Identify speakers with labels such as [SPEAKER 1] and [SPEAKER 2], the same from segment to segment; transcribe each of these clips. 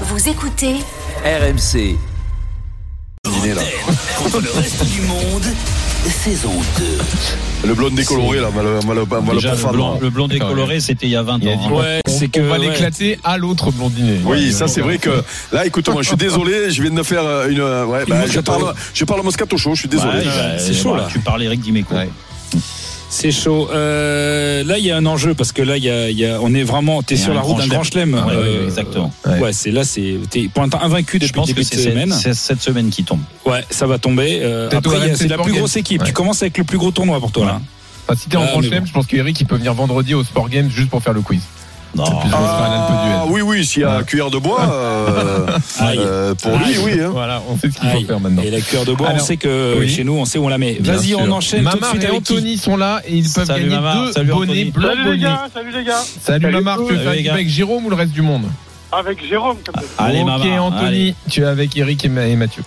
[SPEAKER 1] Vous écoutez
[SPEAKER 2] RMC.
[SPEAKER 3] Contre le reste du monde, saison 2.
[SPEAKER 4] Le blond décoloré là, mal, mal, mal, mal
[SPEAKER 5] Déjà, le blond, le blond décoloré, c'était il y a 20 ans. hein.
[SPEAKER 6] Ouais, c'est que. On va l'éclater à l'autre blondinet.
[SPEAKER 4] Oui, ça c'est vrai que là, écoute-moi, je suis désolé, je viens de me faire euh, une. euh, Ouais, bah, je parle, je parle Moscato Show, je suis désolé.
[SPEAKER 5] Ouais, bah,
[SPEAKER 7] C'est chaud, là.
[SPEAKER 5] Tu parles Eric Dimeco.
[SPEAKER 6] Ouais.
[SPEAKER 7] C'est chaud. Euh, là, il y a un enjeu parce que là, il y a, il y a- on est vraiment. T'es
[SPEAKER 5] Il y a
[SPEAKER 7] sur
[SPEAKER 5] un
[SPEAKER 7] la route
[SPEAKER 5] grand
[SPEAKER 7] d'un grand chelem.
[SPEAKER 5] Ouais, ouais,
[SPEAKER 7] Euh,
[SPEAKER 5] ouais, exactement.
[SPEAKER 7] Ouais, c'est là, c'est t'es pour l'instant invaincu
[SPEAKER 5] Je
[SPEAKER 7] depuis le
[SPEAKER 5] pense que
[SPEAKER 7] début de
[SPEAKER 5] c'est
[SPEAKER 7] semaine.
[SPEAKER 5] cette, c'est cette semaine qui tombe.
[SPEAKER 7] Ouais, ça va tomber. Euh,
[SPEAKER 6] Peut-être
[SPEAKER 7] après,
[SPEAKER 6] au
[SPEAKER 7] il y a-
[SPEAKER 6] RMC
[SPEAKER 7] c'est la
[SPEAKER 6] Sport
[SPEAKER 7] plus
[SPEAKER 6] Game.
[SPEAKER 7] grosse équipe.
[SPEAKER 6] Ouais.
[SPEAKER 7] Tu commences avec le plus gros tournoi pour toi là.
[SPEAKER 6] Enfin, Bah, si t'es en
[SPEAKER 7] Ah,
[SPEAKER 6] grand
[SPEAKER 7] mais
[SPEAKER 6] chelem,
[SPEAKER 7] bon.
[SPEAKER 6] je pense qu'Eric il peut venir vendredi au Sport Games juste pour faire le quiz.
[SPEAKER 5] Non.
[SPEAKER 6] C'est plus ou moins ça, là, le peu duel.
[SPEAKER 4] Ah oui, oui, s'il y a cuillère de bois, euh,
[SPEAKER 7] Aïe.
[SPEAKER 4] euh, pour lui,
[SPEAKER 7] Aïe.
[SPEAKER 4] oui. Hein.
[SPEAKER 6] Voilà, on sait ce qu'il
[SPEAKER 7] Aïe. Eh,
[SPEAKER 6] faut faire maintenant.
[SPEAKER 7] Et la cuillère de bois, on
[SPEAKER 6] Alors,
[SPEAKER 7] sait que
[SPEAKER 6] oui.
[SPEAKER 7] chez nous, on sait où on la met.
[SPEAKER 6] Bien
[SPEAKER 7] Vas-y,
[SPEAKER 6] sûr.
[SPEAKER 7] on enchaîne tout de
[SPEAKER 6] Mamar
[SPEAKER 7] suite
[SPEAKER 6] et
[SPEAKER 7] avec qui
[SPEAKER 6] Anthony sont là et ils peuvent
[SPEAKER 5] Salut,
[SPEAKER 6] gagner
[SPEAKER 5] Mamar.
[SPEAKER 6] deux
[SPEAKER 5] Salut,
[SPEAKER 6] bonnets
[SPEAKER 5] Anthony.
[SPEAKER 6] blancs
[SPEAKER 8] Salut les
[SPEAKER 6] bonnets.
[SPEAKER 8] gars, salut les gars,
[SPEAKER 6] Salut Mamar, tu veux
[SPEAKER 5] Salut,
[SPEAKER 6] faire
[SPEAKER 5] les
[SPEAKER 6] équipe
[SPEAKER 5] gars.
[SPEAKER 6] avec Jérôme ou le reste du monde
[SPEAKER 8] avec Jérôme comme ça.
[SPEAKER 5] Allez,
[SPEAKER 6] Ok
[SPEAKER 5] Mamar,
[SPEAKER 6] Anthony,
[SPEAKER 5] allez.
[SPEAKER 6] tu es avec Eric et Ma- et Mathieu.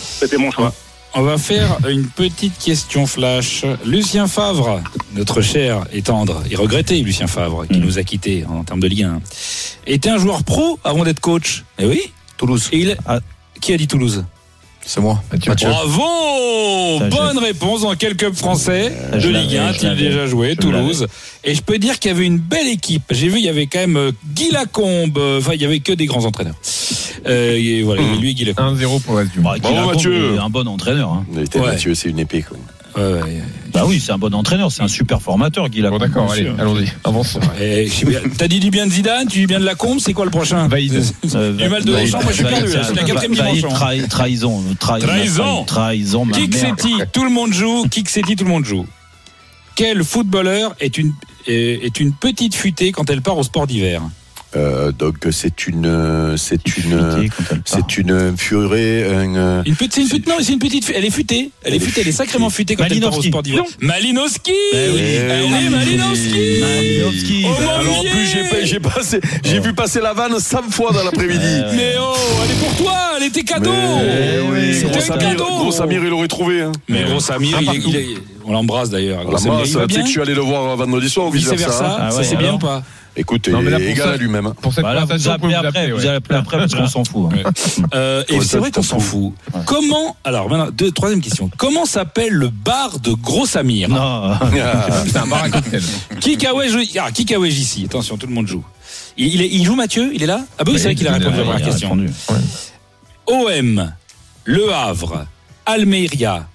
[SPEAKER 8] C'était mon choix.
[SPEAKER 7] On va faire une petite question flash. Lucien Favre, notre cher et tendre et regretté Lucien Favre, qui
[SPEAKER 5] Mhm.
[SPEAKER 7] nous a quittés en termes de Ligue 1, était un joueur pro avant d'être coach. Eh oui Toulouse. il...
[SPEAKER 5] Ah.
[SPEAKER 7] Qui a dit Toulouse
[SPEAKER 2] C'est moi.
[SPEAKER 6] Mathieu.
[SPEAKER 7] Bravo
[SPEAKER 5] Ça, je-
[SPEAKER 7] Bonne réponse en quelques Français
[SPEAKER 5] Ça, je
[SPEAKER 7] de Ligue
[SPEAKER 5] l'avais,
[SPEAKER 7] 1,
[SPEAKER 5] je
[SPEAKER 7] qui a
[SPEAKER 5] l'avais,
[SPEAKER 7] déjà joué,
[SPEAKER 5] je
[SPEAKER 7] Toulouse. Et je peux dire qu'il y avait une belle équipe. J'ai vu, il y avait quand même euh, Guy Lacombe. Euh, Enfin, il y avait que des grands entraîneurs. Euh, et voilà,
[SPEAKER 5] Mm.
[SPEAKER 7] il y avait lui et Guy Lacombe.
[SPEAKER 6] 1-0 pour le reste du monde.
[SPEAKER 5] Bah,
[SPEAKER 4] Bravo,
[SPEAKER 5] Kylian Combe
[SPEAKER 4] Mathieu.
[SPEAKER 5] est Un bon entraîneur. hein.
[SPEAKER 4] Putain,
[SPEAKER 7] Ouais.
[SPEAKER 4] Mathieu, c'est une épée. Quoi.
[SPEAKER 7] Ouais, ouais.
[SPEAKER 5] Bah oui, c'est un bon entraîneur. C'est un super formateur, Guy
[SPEAKER 6] Bon
[SPEAKER 5] Lacombe.
[SPEAKER 6] d'accord,
[SPEAKER 5] Bien
[SPEAKER 6] allez,
[SPEAKER 5] sûr.
[SPEAKER 6] allons-y, avance.
[SPEAKER 7] Et je sais bien, T'as dit du bien de Zidane, tu dis bien de Lacombe, c'est quoi le prochain
[SPEAKER 6] Valide.
[SPEAKER 5] Euh,
[SPEAKER 7] Du mal de
[SPEAKER 5] Vaïd,
[SPEAKER 7] Deschamps, moi, je suis
[SPEAKER 5] Vaïd,
[SPEAKER 7] perdu, là, c'est la quatrième
[SPEAKER 5] Vaïd,
[SPEAKER 7] dimension.
[SPEAKER 5] trahi- Trahison. Trahison.
[SPEAKER 7] Trahison.
[SPEAKER 5] Trahison, ma mère.
[SPEAKER 7] Kiksetti, tout le monde joue. Kiksetti, tout le monde joue. Quel footballeur est une, est est une petite futée quand elle part au sport d'hiver
[SPEAKER 4] Euh, donc c'est une, euh, c'est une, euh,
[SPEAKER 5] Fuité quand elle part.
[SPEAKER 4] c'est une furée. Un, euh,
[SPEAKER 7] Une petite, c'est une petite, non, c'est une petite, fu- elle est futée. Elle est futée, elle est sacrément futée quand elle part au
[SPEAKER 5] Malinowski.
[SPEAKER 7] sport d'hiver. Malinowski!
[SPEAKER 5] Eh oui.
[SPEAKER 7] Elle est
[SPEAKER 5] Eh oui.
[SPEAKER 7] Malinowski!
[SPEAKER 5] Malinowski.
[SPEAKER 7] Oh, mon
[SPEAKER 4] alors en plus j'ai, pas- j'ai passé, j'ai vu passer la vanne 100 fois dans l'après-midi.
[SPEAKER 5] Ouais, ouais.
[SPEAKER 7] Mais oh, elle est pour toi, elle était cadeau!
[SPEAKER 4] Mais oui,
[SPEAKER 7] C'était
[SPEAKER 4] gros
[SPEAKER 7] un
[SPEAKER 4] Samir-
[SPEAKER 7] cadeau!
[SPEAKER 4] gros Samir, il l'aurait trouvé. Hein.
[SPEAKER 7] Mais gros Samir, il est- il est- on l'embrasse d'ailleurs. Gros
[SPEAKER 4] La
[SPEAKER 7] Samir,
[SPEAKER 4] masse,
[SPEAKER 7] il va
[SPEAKER 4] tu sais
[SPEAKER 7] bien?
[SPEAKER 4] que je suis allé le voir vendredi soir,
[SPEAKER 7] Vice
[SPEAKER 4] vice-versa.
[SPEAKER 7] versa,
[SPEAKER 5] Ah
[SPEAKER 7] ça
[SPEAKER 5] ouais,
[SPEAKER 7] c'est bien
[SPEAKER 5] alors
[SPEAKER 7] ou pas?
[SPEAKER 4] Écoute,
[SPEAKER 6] Non,
[SPEAKER 4] il
[SPEAKER 6] mais là,
[SPEAKER 4] est
[SPEAKER 6] pour
[SPEAKER 4] égal
[SPEAKER 6] ça-
[SPEAKER 4] à lui-même. hein.
[SPEAKER 6] Pour cette
[SPEAKER 5] Voilà, Bah vous
[SPEAKER 6] présentation, vous
[SPEAKER 5] appelez
[SPEAKER 6] pouvez vous
[SPEAKER 5] après,
[SPEAKER 6] l'appeler,
[SPEAKER 5] vous
[SPEAKER 6] ouais.
[SPEAKER 5] appelez après parce qu'on s'en fout. hein.
[SPEAKER 7] Euh, et
[SPEAKER 4] Ouais,
[SPEAKER 7] c'est
[SPEAKER 4] ça,
[SPEAKER 7] vrai
[SPEAKER 4] t'en
[SPEAKER 7] qu'on s'en fout. Comment, alors maintenant, deux, troisième question. Comment s'appelle le bar de Gros Samir?
[SPEAKER 5] Non.
[SPEAKER 6] C'est un bar à cocktail.
[SPEAKER 7] Kikawej, ah, Kikawej ici. Attention, tout le monde joue. Il, il est- il joue Mathieu, il est là? Ah bah oui, c'est vrai qu'il a
[SPEAKER 6] il est là,
[SPEAKER 7] répondu à la
[SPEAKER 6] il
[SPEAKER 7] première
[SPEAKER 5] a
[SPEAKER 7] question.
[SPEAKER 5] répondu.
[SPEAKER 7] OM, Le Havre, Almeria,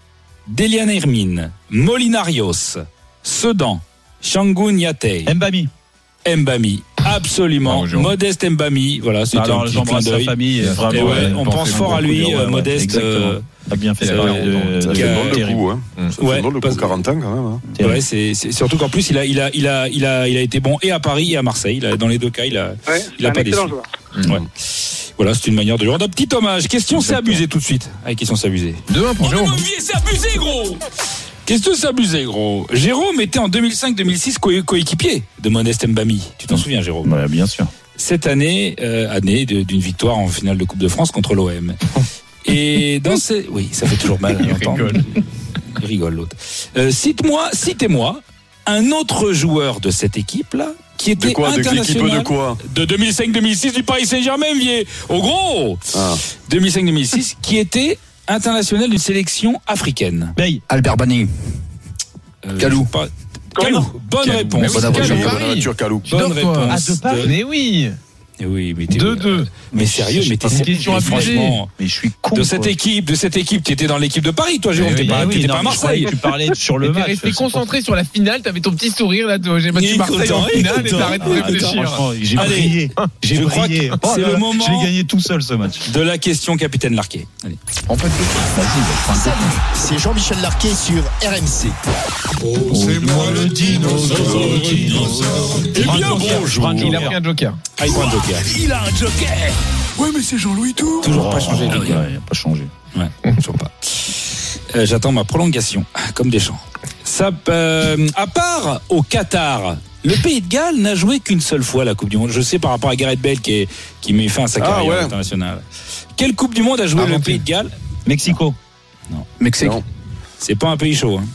[SPEAKER 7] Delian Hermine, Molinarios, Sedan, Shangun Yatei,
[SPEAKER 5] Mbami.
[SPEAKER 7] Mbami. Absolument.
[SPEAKER 6] Bravo, Jérôme.
[SPEAKER 7] Modeste Mbami. Voilà, c'était un
[SPEAKER 5] Alors
[SPEAKER 7] petit clin
[SPEAKER 5] j'embrasse sa
[SPEAKER 7] d'œil.
[SPEAKER 5] famille.
[SPEAKER 6] Et
[SPEAKER 7] Et
[SPEAKER 5] Vraiment,
[SPEAKER 7] ouais,
[SPEAKER 5] euh,
[SPEAKER 7] on
[SPEAKER 6] pensez
[SPEAKER 7] pense fort à
[SPEAKER 5] beaucoup de
[SPEAKER 7] lui,
[SPEAKER 5] lui,
[SPEAKER 7] euh,
[SPEAKER 5] ouais, ouais,
[SPEAKER 7] Modeste.
[SPEAKER 5] exactement.
[SPEAKER 7] euh,
[SPEAKER 5] T'as bien fait
[SPEAKER 6] Ça
[SPEAKER 5] d'avoir,
[SPEAKER 6] fait
[SPEAKER 5] euh,
[SPEAKER 4] Ça
[SPEAKER 7] Il y
[SPEAKER 4] fait
[SPEAKER 7] a- Mm.
[SPEAKER 4] drôle de
[SPEAKER 5] terrible,
[SPEAKER 4] coup, hein. Ça
[SPEAKER 7] Ouais,
[SPEAKER 4] fait drôle de coup,
[SPEAKER 7] parce-
[SPEAKER 4] 40 ans quand même. hein.
[SPEAKER 5] terrible.
[SPEAKER 7] ouais, c'est c'est- surtout qu'en plus il a, il a, il a, il a, il a été bon et à Paris et à Marseille. Il a- dans les deux cas, il a.
[SPEAKER 8] Ouais,
[SPEAKER 7] Il
[SPEAKER 8] c'est
[SPEAKER 7] a
[SPEAKER 8] un
[SPEAKER 7] pas
[SPEAKER 8] excellent
[SPEAKER 7] déçu.
[SPEAKER 8] joueur.
[SPEAKER 7] Ouais. Voilà, c'est une manière de lui rendre un petit hommage. Question, c'est abusé tout de suite. Allez, question, c'est abusé.
[SPEAKER 6] 2-1 pour Jérôme.
[SPEAKER 7] c'est abusé, gros Question, c'est abusé, gros. Jérôme était en 2005-2006 co- coéquipier de Modeste Mbami. Tu t'en souviens, Jérôme
[SPEAKER 5] Ouais, bien sûr.
[SPEAKER 7] cette année, euh, année de- d'une victoire en finale de Coupe de France contre l'OM. Et dans ces... Oui, ça fait toujours mal. à
[SPEAKER 6] Il
[SPEAKER 7] entendre.
[SPEAKER 6] rigole.
[SPEAKER 7] Il rigole l'autre. Euh, Cite-moi, citez-moi un autre joueur de cette équipe-là qui était
[SPEAKER 4] De quoi De l'équipe
[SPEAKER 7] international
[SPEAKER 4] de quoi
[SPEAKER 7] de 2005-2006 du Paris Saint-Germain, vieux. Au gros
[SPEAKER 4] Ah.
[SPEAKER 7] 2005-2006, qui était international d'une sélection africaine.
[SPEAKER 5] Bey.
[SPEAKER 2] Albert Banning.
[SPEAKER 7] Euh,
[SPEAKER 2] Calou.
[SPEAKER 7] pas- Calou. Bonne
[SPEAKER 6] Calou.
[SPEAKER 7] réponse.
[SPEAKER 6] Mais oui,
[SPEAKER 2] Calou.
[SPEAKER 6] c'est
[SPEAKER 4] Bonne
[SPEAKER 6] Paris.
[SPEAKER 4] nature, Calou.
[SPEAKER 6] Tu dors,
[SPEAKER 7] Bonne
[SPEAKER 6] toi
[SPEAKER 7] réponse
[SPEAKER 6] Ah, de Paris.
[SPEAKER 7] de-
[SPEAKER 6] Mais oui
[SPEAKER 7] Eh Oui, mais t'es-
[SPEAKER 6] 2-2.
[SPEAKER 7] Mais sérieux, mais t'es
[SPEAKER 6] C'est une question
[SPEAKER 7] mais
[SPEAKER 6] abusée.
[SPEAKER 7] franchement.
[SPEAKER 5] Mais je suis con.
[SPEAKER 7] de cette
[SPEAKER 5] quoi.
[SPEAKER 7] équipe, de cette équipe. Tu étais dans l'équipe de Paris, toi, Jérôme.
[SPEAKER 6] Eh
[SPEAKER 7] T'es
[SPEAKER 6] oui,
[SPEAKER 7] pas,
[SPEAKER 5] Bah oui,
[SPEAKER 7] t'étais
[SPEAKER 5] non,
[SPEAKER 7] pas à
[SPEAKER 5] mais je croyais
[SPEAKER 7] Marseille.
[SPEAKER 5] que Tu parlais sur
[SPEAKER 6] Mais
[SPEAKER 5] le
[SPEAKER 6] T'es
[SPEAKER 5] match.
[SPEAKER 6] resté
[SPEAKER 5] c'est pour ça.
[SPEAKER 6] concentré sur la finale, t'avais ton petit sourire là, de- j'ai battu
[SPEAKER 7] Il
[SPEAKER 6] Marseille en
[SPEAKER 7] content, il
[SPEAKER 6] finale et
[SPEAKER 7] content.
[SPEAKER 6] t'arrêtes de
[SPEAKER 7] Ah,
[SPEAKER 6] réfléchir.
[SPEAKER 5] Franchement, j'ai
[SPEAKER 7] Allez,
[SPEAKER 5] brillé. J'ai
[SPEAKER 7] je crois
[SPEAKER 5] brillé.
[SPEAKER 7] que
[SPEAKER 5] Oh
[SPEAKER 7] c'est
[SPEAKER 5] là
[SPEAKER 7] le
[SPEAKER 5] là,
[SPEAKER 7] moment.
[SPEAKER 5] Je l'ai gagné tout seul ce match.
[SPEAKER 7] De la question, capitaine Larquet. Allez.
[SPEAKER 6] En fait,
[SPEAKER 9] Salut, c'est Jean-Michel Larquet sur RMC.
[SPEAKER 5] C'est moi le dinosaure.
[SPEAKER 7] Eh bien, bonjour.
[SPEAKER 6] il a pris un joker.
[SPEAKER 7] Ah, il prend un joker.
[SPEAKER 3] Il a un joker
[SPEAKER 9] Ouais, mais c'est Jean-Louis tout.
[SPEAKER 7] Toujours pas changé.
[SPEAKER 5] Ouais,
[SPEAKER 7] les
[SPEAKER 5] il
[SPEAKER 7] gars.
[SPEAKER 5] a pas changé.
[SPEAKER 7] Ouais, toujours pas. Euh, J'attends ma prolongation, comme des champs. Ça, euh, à part au Qatar, le pays de Galles n'a joué qu'une seule fois la Coupe du Monde. Je sais par rapport à Gareth Bale qui, est- qui met fin à sa
[SPEAKER 4] Ah,
[SPEAKER 7] carrière
[SPEAKER 4] ouais.
[SPEAKER 7] internationale. Quelle Coupe du Monde a joué le
[SPEAKER 6] Argentine.
[SPEAKER 7] pays de Galles
[SPEAKER 5] Mexico.
[SPEAKER 2] Mexique.
[SPEAKER 4] Non.
[SPEAKER 7] C'est pas un pays chaud. hein.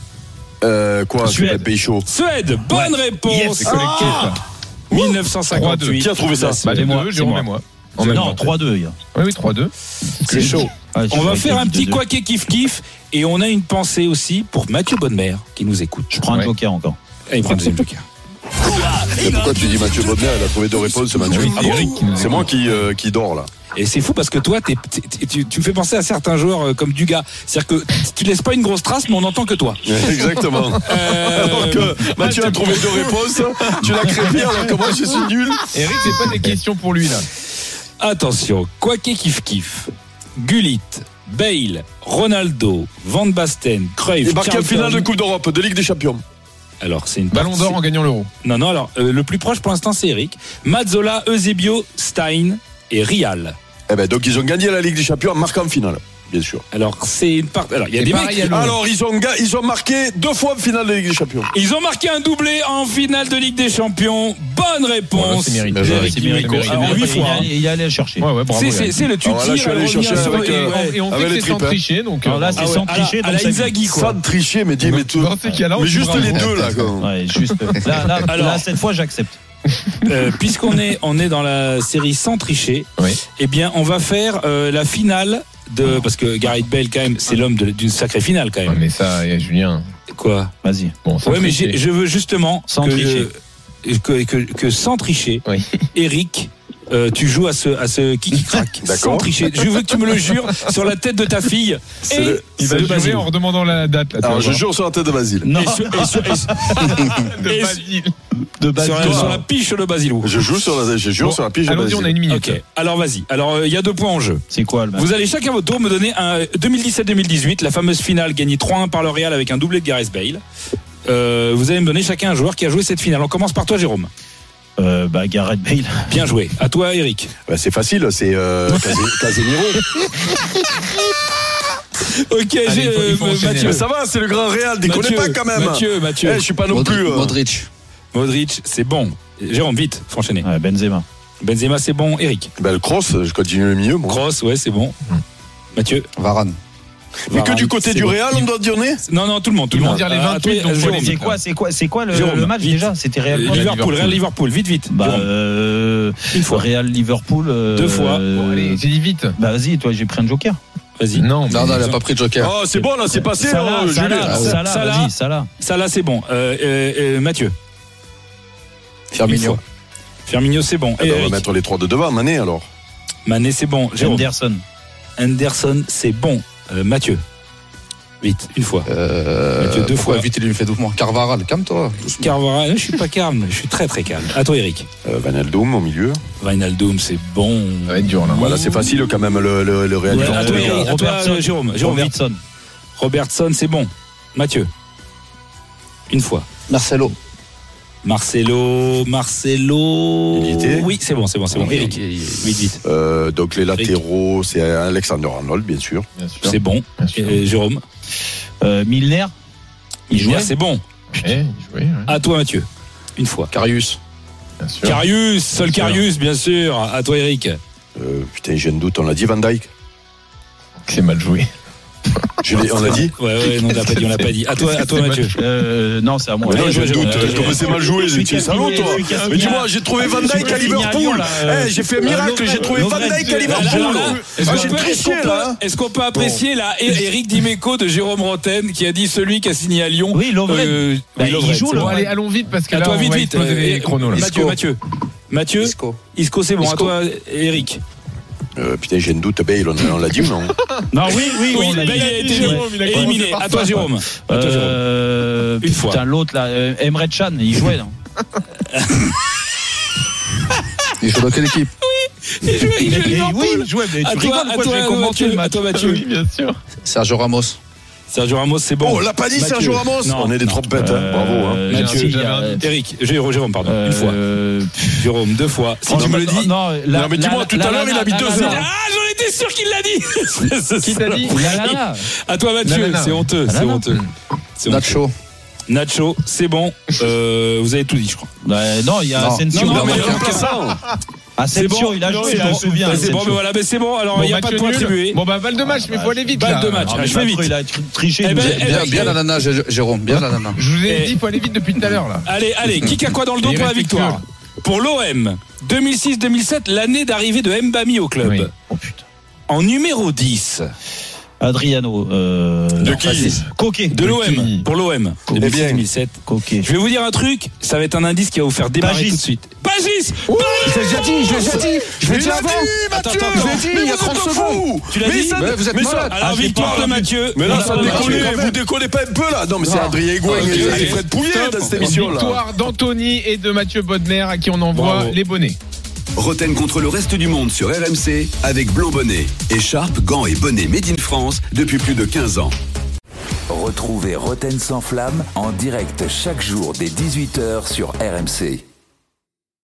[SPEAKER 4] Euh, quoi C'est
[SPEAKER 5] Suède.
[SPEAKER 4] pas le pays chaud.
[SPEAKER 7] Suède, bonne réponse.
[SPEAKER 5] Yes,
[SPEAKER 6] C'est collectif.
[SPEAKER 7] Ah 1958.
[SPEAKER 4] Qui a trouvé ça
[SPEAKER 7] La Suède.
[SPEAKER 6] Bah, les
[SPEAKER 7] C'est moi,
[SPEAKER 6] deux,
[SPEAKER 7] c'est
[SPEAKER 6] Jérôme
[SPEAKER 7] moi.
[SPEAKER 6] et moi. En même
[SPEAKER 5] Non,
[SPEAKER 6] temps.
[SPEAKER 5] 3-2, gars.
[SPEAKER 6] Oui, oui, 3-2.
[SPEAKER 7] C'est chaud.
[SPEAKER 5] Ouais, je
[SPEAKER 7] On va
[SPEAKER 5] crois
[SPEAKER 7] faire
[SPEAKER 5] qu'il y a
[SPEAKER 7] un petit
[SPEAKER 5] 2-2.
[SPEAKER 7] quaquet kiff kiff et on a une pensée aussi pour Mathieu Bonnemer qui nous écoute.
[SPEAKER 5] Je prends un
[SPEAKER 6] Ouais.
[SPEAKER 5] joker encore.
[SPEAKER 7] Et il prend le deuxième joker.
[SPEAKER 4] Mais pourquoi tu dis Mathieu Bodner Il a trouvé deux réponses ce Mathieu.
[SPEAKER 6] Ah bon Eric qui nous
[SPEAKER 4] C'est
[SPEAKER 6] écoute.
[SPEAKER 4] moi qui, euh, qui dors là.
[SPEAKER 7] Et c'est fou parce que toi, t'es- t'es- t'es- tu, tu me fais penser à certains joueurs euh, comme Dugas. C'est-à-dire que t- tu laisses pas une grosse trace, mais on n'entend que toi. euh,
[SPEAKER 4] Exactement.
[SPEAKER 6] Euh,
[SPEAKER 4] Alors que
[SPEAKER 6] bah,
[SPEAKER 4] Mathieu a trouvé deux réponses, tu l'as créé alors que moi je suis nul.
[SPEAKER 6] Eric, c'est pas des questions pour lui, là.
[SPEAKER 7] Attention, Quaquet kiff kiff, Gullit, Bale, Ronaldo, Van Basten, Cruyff,
[SPEAKER 4] Il marque en
[SPEAKER 7] Charlton.
[SPEAKER 4] finale de Coupe d'Europe, de Ligue des Champions.
[SPEAKER 7] Alors c'est une
[SPEAKER 6] Ballon
[SPEAKER 7] partie-
[SPEAKER 6] d'or en gagnant l'euro.
[SPEAKER 7] Non non alors euh, le plus proche pour l'instant c'est Eric. Mazzola, Eusebio, Stein et Rial.
[SPEAKER 4] Eh ben donc ils ont gagné la Ligue des Champions en marquant en finale, bien sûr.
[SPEAKER 7] Alors c'est une part. Alors il y a
[SPEAKER 6] Et
[SPEAKER 7] des
[SPEAKER 6] pareil,
[SPEAKER 7] mecs.
[SPEAKER 6] il y a le-
[SPEAKER 4] Alors ils ont, ga- ils ont marqué deux fois en finale de Ligue des Champions.
[SPEAKER 7] Ils ont marqué un doublé en finale de Ligue des Champions. Bonne
[SPEAKER 6] Bon, là,
[SPEAKER 7] réponse.
[SPEAKER 6] c'est mérité.
[SPEAKER 7] d'Éric
[SPEAKER 6] Ouais, c'est mérité.
[SPEAKER 7] Dimeco.
[SPEAKER 6] C'est
[SPEAKER 7] Alors,
[SPEAKER 6] mérité.
[SPEAKER 7] huit
[SPEAKER 5] Il
[SPEAKER 7] fois, hein.
[SPEAKER 5] est- Il est allé le chercher.
[SPEAKER 6] Ouais, ouais, bravo.
[SPEAKER 7] C'est,
[SPEAKER 6] Eric.
[SPEAKER 7] c'est, c'est le tu
[SPEAKER 4] Ah, voilà, je suis allé chercher avec,
[SPEAKER 6] Et,
[SPEAKER 4] euh,
[SPEAKER 6] et on
[SPEAKER 4] Avec
[SPEAKER 6] sait que
[SPEAKER 4] les
[SPEAKER 6] c'est sans
[SPEAKER 4] tripes, hein.
[SPEAKER 6] tricher, donc.
[SPEAKER 5] Alors là, c'est sans
[SPEAKER 7] à la,
[SPEAKER 5] tricher.
[SPEAKER 7] Ah
[SPEAKER 5] donc
[SPEAKER 7] à la
[SPEAKER 5] ça-
[SPEAKER 7] Inzaghi, quoi.
[SPEAKER 4] Sans tricher, mais dis, mais, tout-
[SPEAKER 6] Dans ces cas-là, on
[SPEAKER 4] mais juste
[SPEAKER 6] trouvera
[SPEAKER 4] les
[SPEAKER 6] un hein. bon.
[SPEAKER 4] deux là. quand même.
[SPEAKER 5] Ouais, juste. euh, Là, là,
[SPEAKER 7] Alors-
[SPEAKER 5] là, cette fois, j'accepte.
[SPEAKER 7] Euh, puisqu'on est, on est dans la série sans tricher,
[SPEAKER 6] Oui.
[SPEAKER 7] eh bien, on va faire euh, la finale de. Parce que Gareth Bale, quand même, c'est l'homme de- d'une sacrée finale, quand
[SPEAKER 6] Ouais,
[SPEAKER 7] même.
[SPEAKER 6] mais ça, il y a Julien.
[SPEAKER 7] Quoi
[SPEAKER 5] Vas-y.
[SPEAKER 6] Bon, ça
[SPEAKER 7] Ouais, mais
[SPEAKER 6] tricher.
[SPEAKER 7] j'ai- je veux justement.
[SPEAKER 5] Sans
[SPEAKER 7] que,
[SPEAKER 5] tricher.
[SPEAKER 7] je- que, que- que sans tricher,
[SPEAKER 6] Oui.
[SPEAKER 7] Eric. euh, tu joues à ce à ce qui craque sans
[SPEAKER 4] D'accord.
[SPEAKER 7] tricher. Je veux que tu me le jures sur la tête de ta fille.
[SPEAKER 4] C'est
[SPEAKER 7] Et
[SPEAKER 4] le-
[SPEAKER 6] Il va
[SPEAKER 7] de
[SPEAKER 6] jouer
[SPEAKER 7] Basile.
[SPEAKER 6] en redemandant la date. Là, tu
[SPEAKER 4] Alors
[SPEAKER 6] vas
[SPEAKER 4] je
[SPEAKER 6] voir.
[SPEAKER 4] jure sur la tête de Basile.
[SPEAKER 5] Non,
[SPEAKER 7] Et sur, et sur- et sur-
[SPEAKER 6] De
[SPEAKER 7] et-
[SPEAKER 6] Basile.
[SPEAKER 5] de base.
[SPEAKER 7] sur la,
[SPEAKER 5] toi.
[SPEAKER 7] sur la piche de Basilou.
[SPEAKER 4] Je joue sur la, je jure
[SPEAKER 6] Bon,
[SPEAKER 4] sur la pige de
[SPEAKER 6] Allons-y, on a
[SPEAKER 4] Basile.
[SPEAKER 6] une minute.
[SPEAKER 7] Ok. Alors vas-y. Alors euh, il y a deux points en jeu.
[SPEAKER 5] C'est quoi le match
[SPEAKER 7] Vous allez chacun à votre tour me donner un euh, 2017-2018, la fameuse finale gagnée 3-1 par le Real avec un doublé de Gareth Bale. Euh, vous allez me donner chacun un joueur qui a joué cette finale. On commence par toi, Jérôme.
[SPEAKER 5] euh, Bah, Gareth Bale.
[SPEAKER 7] Bien joué. À toi, Eric.
[SPEAKER 4] Bah, c'est facile, c'est euh, Casi- Casemiro.
[SPEAKER 7] Ok,
[SPEAKER 6] Allez,
[SPEAKER 7] j'ai
[SPEAKER 6] il faut- il faut
[SPEAKER 7] euh,
[SPEAKER 6] enchaîner.
[SPEAKER 7] Mathieu.
[SPEAKER 4] Mais ça va, c'est le grand Real, déconnez
[SPEAKER 7] Mathieu,
[SPEAKER 4] pas quand même.
[SPEAKER 7] Mathieu, Mathieu.
[SPEAKER 4] Eh, je suis pas non plus. euh,
[SPEAKER 9] Modric.
[SPEAKER 7] Modric, c'est bon. Jérôme, vite, faut enchaîner.
[SPEAKER 5] Ouais, Benzema.
[SPEAKER 7] Benzema, c'est bon. Eric.
[SPEAKER 4] Bah, le cross, je continue le milieu. Moi.
[SPEAKER 7] Grosse, ouais, c'est bon. Mathieu.
[SPEAKER 9] Varane.
[SPEAKER 4] Mais que
[SPEAKER 7] Varane,
[SPEAKER 4] du côté
[SPEAKER 7] c'est
[SPEAKER 4] du
[SPEAKER 7] bon.
[SPEAKER 4] Real, on doit dire né
[SPEAKER 7] Non, non, tout le monde. Tout
[SPEAKER 6] Ils
[SPEAKER 7] le
[SPEAKER 6] vont
[SPEAKER 7] monde.
[SPEAKER 6] dire les
[SPEAKER 7] Euh, à toi,
[SPEAKER 6] 28, donc faut
[SPEAKER 7] Jérôme.
[SPEAKER 6] les
[SPEAKER 5] C'est quoi, c'est quoi, c'est quoi le,
[SPEAKER 7] Jérôme,
[SPEAKER 5] le match
[SPEAKER 7] vite.
[SPEAKER 5] déjà C'était
[SPEAKER 7] Euh,
[SPEAKER 5] Real Madrid
[SPEAKER 7] Liverpool, Real Liverpool, vite, vite.
[SPEAKER 5] Bah,
[SPEAKER 7] Jérôme.
[SPEAKER 5] euh,
[SPEAKER 7] Une fois.
[SPEAKER 5] Real Liverpool. euh,
[SPEAKER 7] Deux fois.
[SPEAKER 6] Bon, allez, j'ai dit vite.
[SPEAKER 5] Bah, vas-y, toi, j'ai pris un joker.
[SPEAKER 7] Vas-y.
[SPEAKER 6] Non, mais-
[SPEAKER 9] pas pris de joker.
[SPEAKER 4] Oh, c'est bon, là, c'est passé.
[SPEAKER 5] Salah,
[SPEAKER 4] hein, Julien.
[SPEAKER 5] Salah,
[SPEAKER 7] ouais.
[SPEAKER 5] Salah,
[SPEAKER 7] euh, Salah.
[SPEAKER 5] vas-y, Salah.
[SPEAKER 7] Ça là c'est bon. Euh, euh, euh, Mathieu. Une
[SPEAKER 9] Firmino.
[SPEAKER 7] fois. Firmino c'est bon.
[SPEAKER 4] Eh ben, on va
[SPEAKER 7] Eric.
[SPEAKER 4] mettre les trois de devant, Mané alors.
[SPEAKER 7] Mané c'est bon. Jérôme.
[SPEAKER 5] Henderson.
[SPEAKER 7] Anderson c'est bon. Euh, Mathieu. Vite, une fois. Mathieu, deux fois.
[SPEAKER 9] Vite, il lui fait doucement. Carvaral, calme-toi.
[SPEAKER 7] Carvara, je suis pas calme, je suis très très calme. À toi Eric.
[SPEAKER 4] Euh, Vanaldoom au milieu.
[SPEAKER 7] Vinaldoom c'est bon.
[SPEAKER 6] Ça va être dur, là.
[SPEAKER 4] Voilà, c'est facile quand même le, le, le Real.
[SPEAKER 7] Ouais,
[SPEAKER 4] Liverpool.
[SPEAKER 7] à toi,
[SPEAKER 5] Euh,
[SPEAKER 7] Eric, à toi,
[SPEAKER 5] Robertson.
[SPEAKER 7] euh, Jérôme. Jérôme vite.
[SPEAKER 5] Robertson.
[SPEAKER 7] Robertson c'est bon. Mathieu. Une fois.
[SPEAKER 9] Marcelo.
[SPEAKER 7] Marcelo, Marcelo.
[SPEAKER 4] Il était
[SPEAKER 7] Oui, c'est bon, c'est bon, c'est bon. Eric. Vite, vite.
[SPEAKER 4] Euh, donc les latéraux, c'est Alexander Arnold, bien sûr.
[SPEAKER 6] Bien sûr.
[SPEAKER 7] C'est bon.
[SPEAKER 6] Bien sûr.
[SPEAKER 7] Euh, Jérôme.
[SPEAKER 5] Euh, Milner.
[SPEAKER 7] Il
[SPEAKER 5] jouait
[SPEAKER 7] c'est bon.
[SPEAKER 6] Ouais, joué, Eh, ouais,
[SPEAKER 7] À toi Mathieu. Une fois.
[SPEAKER 9] Carius.
[SPEAKER 6] bien sûr.
[SPEAKER 7] Carius, seul
[SPEAKER 6] Bien sûr.
[SPEAKER 7] Carius, bien sûr. À toi, Eric.
[SPEAKER 4] Euh, putain, j'ai un doute, on l'a dit Van Dyke.
[SPEAKER 6] C'est mal joué.
[SPEAKER 4] on l'a dit
[SPEAKER 7] Ouais, ouais, non, on l'a pas dit, on l'a pas dit. À toi, à toi,
[SPEAKER 6] C'est
[SPEAKER 7] Mathieu.
[SPEAKER 5] Euh, non, c'est à moi.
[SPEAKER 4] Mais non,
[SPEAKER 5] Ouais,
[SPEAKER 4] j'ai un
[SPEAKER 5] je-
[SPEAKER 4] doute.
[SPEAKER 5] euh,
[SPEAKER 4] Je trouve que c'est mal joué.
[SPEAKER 5] je suis
[SPEAKER 4] Tu es salaud,
[SPEAKER 5] Casemiro,
[SPEAKER 4] toi.
[SPEAKER 5] je suis
[SPEAKER 4] Mais
[SPEAKER 5] Casemiro.
[SPEAKER 4] dis-moi, j'ai trouvé Van
[SPEAKER 5] Je suis
[SPEAKER 4] Dyke à
[SPEAKER 5] Casemiro,
[SPEAKER 4] Liverpool.
[SPEAKER 5] là, euh,
[SPEAKER 4] Eh, j'ai fait un miracle, j'ai trouvé Van
[SPEAKER 5] Lovren,
[SPEAKER 4] Dyke à
[SPEAKER 7] Alors
[SPEAKER 4] Liverpool.
[SPEAKER 7] là,
[SPEAKER 4] Ah,
[SPEAKER 7] est-ce
[SPEAKER 4] j'ai
[SPEAKER 7] qu'on peut- est-ce qu'on
[SPEAKER 4] triché,
[SPEAKER 7] peut-
[SPEAKER 6] hein
[SPEAKER 4] là.
[SPEAKER 7] Est-ce qu'on peut apprécier la Eric Dimeco de Jérôme Roten qui a dit celui qui a signé à Lyon
[SPEAKER 5] Oui, Lovren.
[SPEAKER 7] euh,
[SPEAKER 5] Bah,
[SPEAKER 7] oui,
[SPEAKER 5] il
[SPEAKER 7] Lovren,
[SPEAKER 5] joue,
[SPEAKER 7] c'est
[SPEAKER 5] le-
[SPEAKER 6] Bon,
[SPEAKER 7] bon.
[SPEAKER 6] allez, allons vite parce que
[SPEAKER 7] À
[SPEAKER 6] là,
[SPEAKER 7] toi,
[SPEAKER 6] on
[SPEAKER 7] vite,
[SPEAKER 6] va
[SPEAKER 7] vite.
[SPEAKER 6] exploser
[SPEAKER 7] euh,
[SPEAKER 6] les chronos. Là.
[SPEAKER 7] Mathieu, Mathieu. Mathieu,
[SPEAKER 9] Isco.
[SPEAKER 7] Isco, c'est bon. À
[SPEAKER 9] Isco.
[SPEAKER 7] toi, Eric.
[SPEAKER 4] Euh, Putain, j'ai un doute. Bale, on on l'a dit ou non
[SPEAKER 5] Non, Ah oui, oui,
[SPEAKER 7] Oui,
[SPEAKER 5] on l'a
[SPEAKER 7] ben, il a
[SPEAKER 5] dit.
[SPEAKER 7] été
[SPEAKER 5] Ouais.
[SPEAKER 7] éliminé. À toi, Jérôme. À toi, Jérôme.
[SPEAKER 5] Euh,
[SPEAKER 7] Une fois.
[SPEAKER 5] Putain, l'autre là, euh, Emre Chan, il jouait. non
[SPEAKER 9] Il joue dans quelle équipe
[SPEAKER 7] Il joue- il joue à Liverpool.
[SPEAKER 5] il jouait, mais
[SPEAKER 7] À
[SPEAKER 5] tu
[SPEAKER 7] toi,
[SPEAKER 5] rigoles
[SPEAKER 7] à
[SPEAKER 5] quoi,
[SPEAKER 7] toi,
[SPEAKER 5] j'ai commenté
[SPEAKER 7] Mathieu,
[SPEAKER 5] le
[SPEAKER 7] à
[SPEAKER 5] match.
[SPEAKER 7] toi, Mathieu. Euh,
[SPEAKER 6] Oui, bien sûr.
[SPEAKER 9] Sergio Ramos.
[SPEAKER 7] Sergio Ramos, c'est
[SPEAKER 4] Bon,
[SPEAKER 7] bon.
[SPEAKER 4] Oh, on l'a pas dit,
[SPEAKER 7] Mathieu.
[SPEAKER 4] Sergio Ramos.
[SPEAKER 7] Non,
[SPEAKER 4] On est des
[SPEAKER 7] non.
[SPEAKER 4] trompettes, hein. bravo. hein.
[SPEAKER 5] Euh,
[SPEAKER 7] Mathieu,
[SPEAKER 5] Jean-
[SPEAKER 6] j'avais un
[SPEAKER 5] euh,
[SPEAKER 7] Eric, Jérôme, Jérôme, pardon.
[SPEAKER 5] euh,
[SPEAKER 7] Une fois.
[SPEAKER 5] euh,
[SPEAKER 7] Jérôme, deux fois. Si tu me le dis.
[SPEAKER 5] Non, la-
[SPEAKER 4] Non, mais dis-moi,
[SPEAKER 5] la-
[SPEAKER 4] tout
[SPEAKER 5] la-
[SPEAKER 4] à l'heure,
[SPEAKER 5] la-
[SPEAKER 4] il a mis
[SPEAKER 5] la-
[SPEAKER 4] deux
[SPEAKER 5] la-
[SPEAKER 4] heures.
[SPEAKER 7] Ah, j'en étais sûr qu'il l'a dit
[SPEAKER 6] Qui t'a dit La la la.
[SPEAKER 7] À toi, Mathieu,
[SPEAKER 6] La nana.
[SPEAKER 7] c'est honteux, c'est
[SPEAKER 5] nana.
[SPEAKER 7] honteux. C'est honteux.
[SPEAKER 9] Nacho.
[SPEAKER 7] Nacho, c'est bon, Euh, vous avez tout dit, je crois.
[SPEAKER 5] Ouais, Non, il y a
[SPEAKER 9] Non.
[SPEAKER 5] Asensio.
[SPEAKER 7] Non, non,
[SPEAKER 5] Ah,
[SPEAKER 7] mais
[SPEAKER 5] ouais.
[SPEAKER 7] il y a-
[SPEAKER 5] Asensio, il a joué,
[SPEAKER 7] c'est
[SPEAKER 5] il a
[SPEAKER 7] bon.
[SPEAKER 5] souviens.
[SPEAKER 7] Ah, C'est bon, mais
[SPEAKER 5] Asensio.
[SPEAKER 7] voilà, mais c'est bon, alors
[SPEAKER 6] Bon,
[SPEAKER 7] il n'y a
[SPEAKER 6] match
[SPEAKER 7] pas de point
[SPEAKER 6] nul.
[SPEAKER 7] attribué.
[SPEAKER 6] Bon, bah, balle de match, mais faut aller vite.
[SPEAKER 7] Balle
[SPEAKER 6] là.
[SPEAKER 7] de match.
[SPEAKER 5] Ah,
[SPEAKER 7] je
[SPEAKER 5] mais
[SPEAKER 7] vais vite.
[SPEAKER 5] Mathieu, Il a tr- triché.
[SPEAKER 7] Eh
[SPEAKER 5] il nous a-
[SPEAKER 7] ben, eh
[SPEAKER 9] Bien,
[SPEAKER 7] ben,
[SPEAKER 9] bien la nana, Jé- Jérôme. Bien la nana.
[SPEAKER 6] Je vous ai
[SPEAKER 7] Et-
[SPEAKER 6] dit, faut aller vite depuis tout à l'heure là.
[SPEAKER 7] Allez, allez, qui a quoi dans le dos
[SPEAKER 6] Il
[SPEAKER 7] pour la
[SPEAKER 6] reste
[SPEAKER 7] victoire Pour l'OM, 2006-2007, l'année d'arrivée de Mbami au club.
[SPEAKER 6] Oui. Oh putain.
[SPEAKER 7] En numéro 10
[SPEAKER 5] Adriano. Euh,
[SPEAKER 4] De
[SPEAKER 5] non,
[SPEAKER 4] qui
[SPEAKER 5] ça, c'est- Coquet.
[SPEAKER 7] de l'OM, pour l'OM,
[SPEAKER 5] Eh bien.
[SPEAKER 7] 2006-2007.
[SPEAKER 5] Coquet.
[SPEAKER 7] Je vais vous dire un truc, ça va être un indice qui va vous faire démarrer
[SPEAKER 5] Pagis.
[SPEAKER 7] tout de suite. Pagis
[SPEAKER 1] Je l'ai déjà dit, je l'ai déjà dit. Je l'ai dit avant.
[SPEAKER 7] Attends,
[SPEAKER 4] Mathieu
[SPEAKER 7] attends,
[SPEAKER 1] Je l'ai dit il y a
[SPEAKER 4] vous
[SPEAKER 1] 30
[SPEAKER 4] êtes
[SPEAKER 1] secondes.
[SPEAKER 4] fous
[SPEAKER 7] Tu l'as
[SPEAKER 4] Mais
[SPEAKER 7] dit
[SPEAKER 4] ça-
[SPEAKER 1] Ouais, vous êtes
[SPEAKER 4] mais ça-
[SPEAKER 1] malade.
[SPEAKER 7] Alors,
[SPEAKER 5] j'ai
[SPEAKER 7] victoire
[SPEAKER 5] pas
[SPEAKER 7] de Mathieu.
[SPEAKER 4] Mais là, ça Ah.
[SPEAKER 7] Victoire de
[SPEAKER 4] décolle,
[SPEAKER 7] Mathieu.
[SPEAKER 4] vous décollez pas un peu là. Non, mais c'est Adrien Higuain
[SPEAKER 2] Ok.
[SPEAKER 4] et c'est Fred Pouillet dans cette émission là.
[SPEAKER 6] Victoire d'Anthony et de Mathieu Bodner à qui on envoie
[SPEAKER 7] Bravo.
[SPEAKER 6] les bonnets.
[SPEAKER 3] Roten contre le reste du monde sur RMC avec Blanc-Bonnet, écharpe, gants et bonnet made in France depuis plus de 15 ans.
[SPEAKER 2] Retrouvez Roten sans flamme en direct chaque jour dès 18h sur RMC.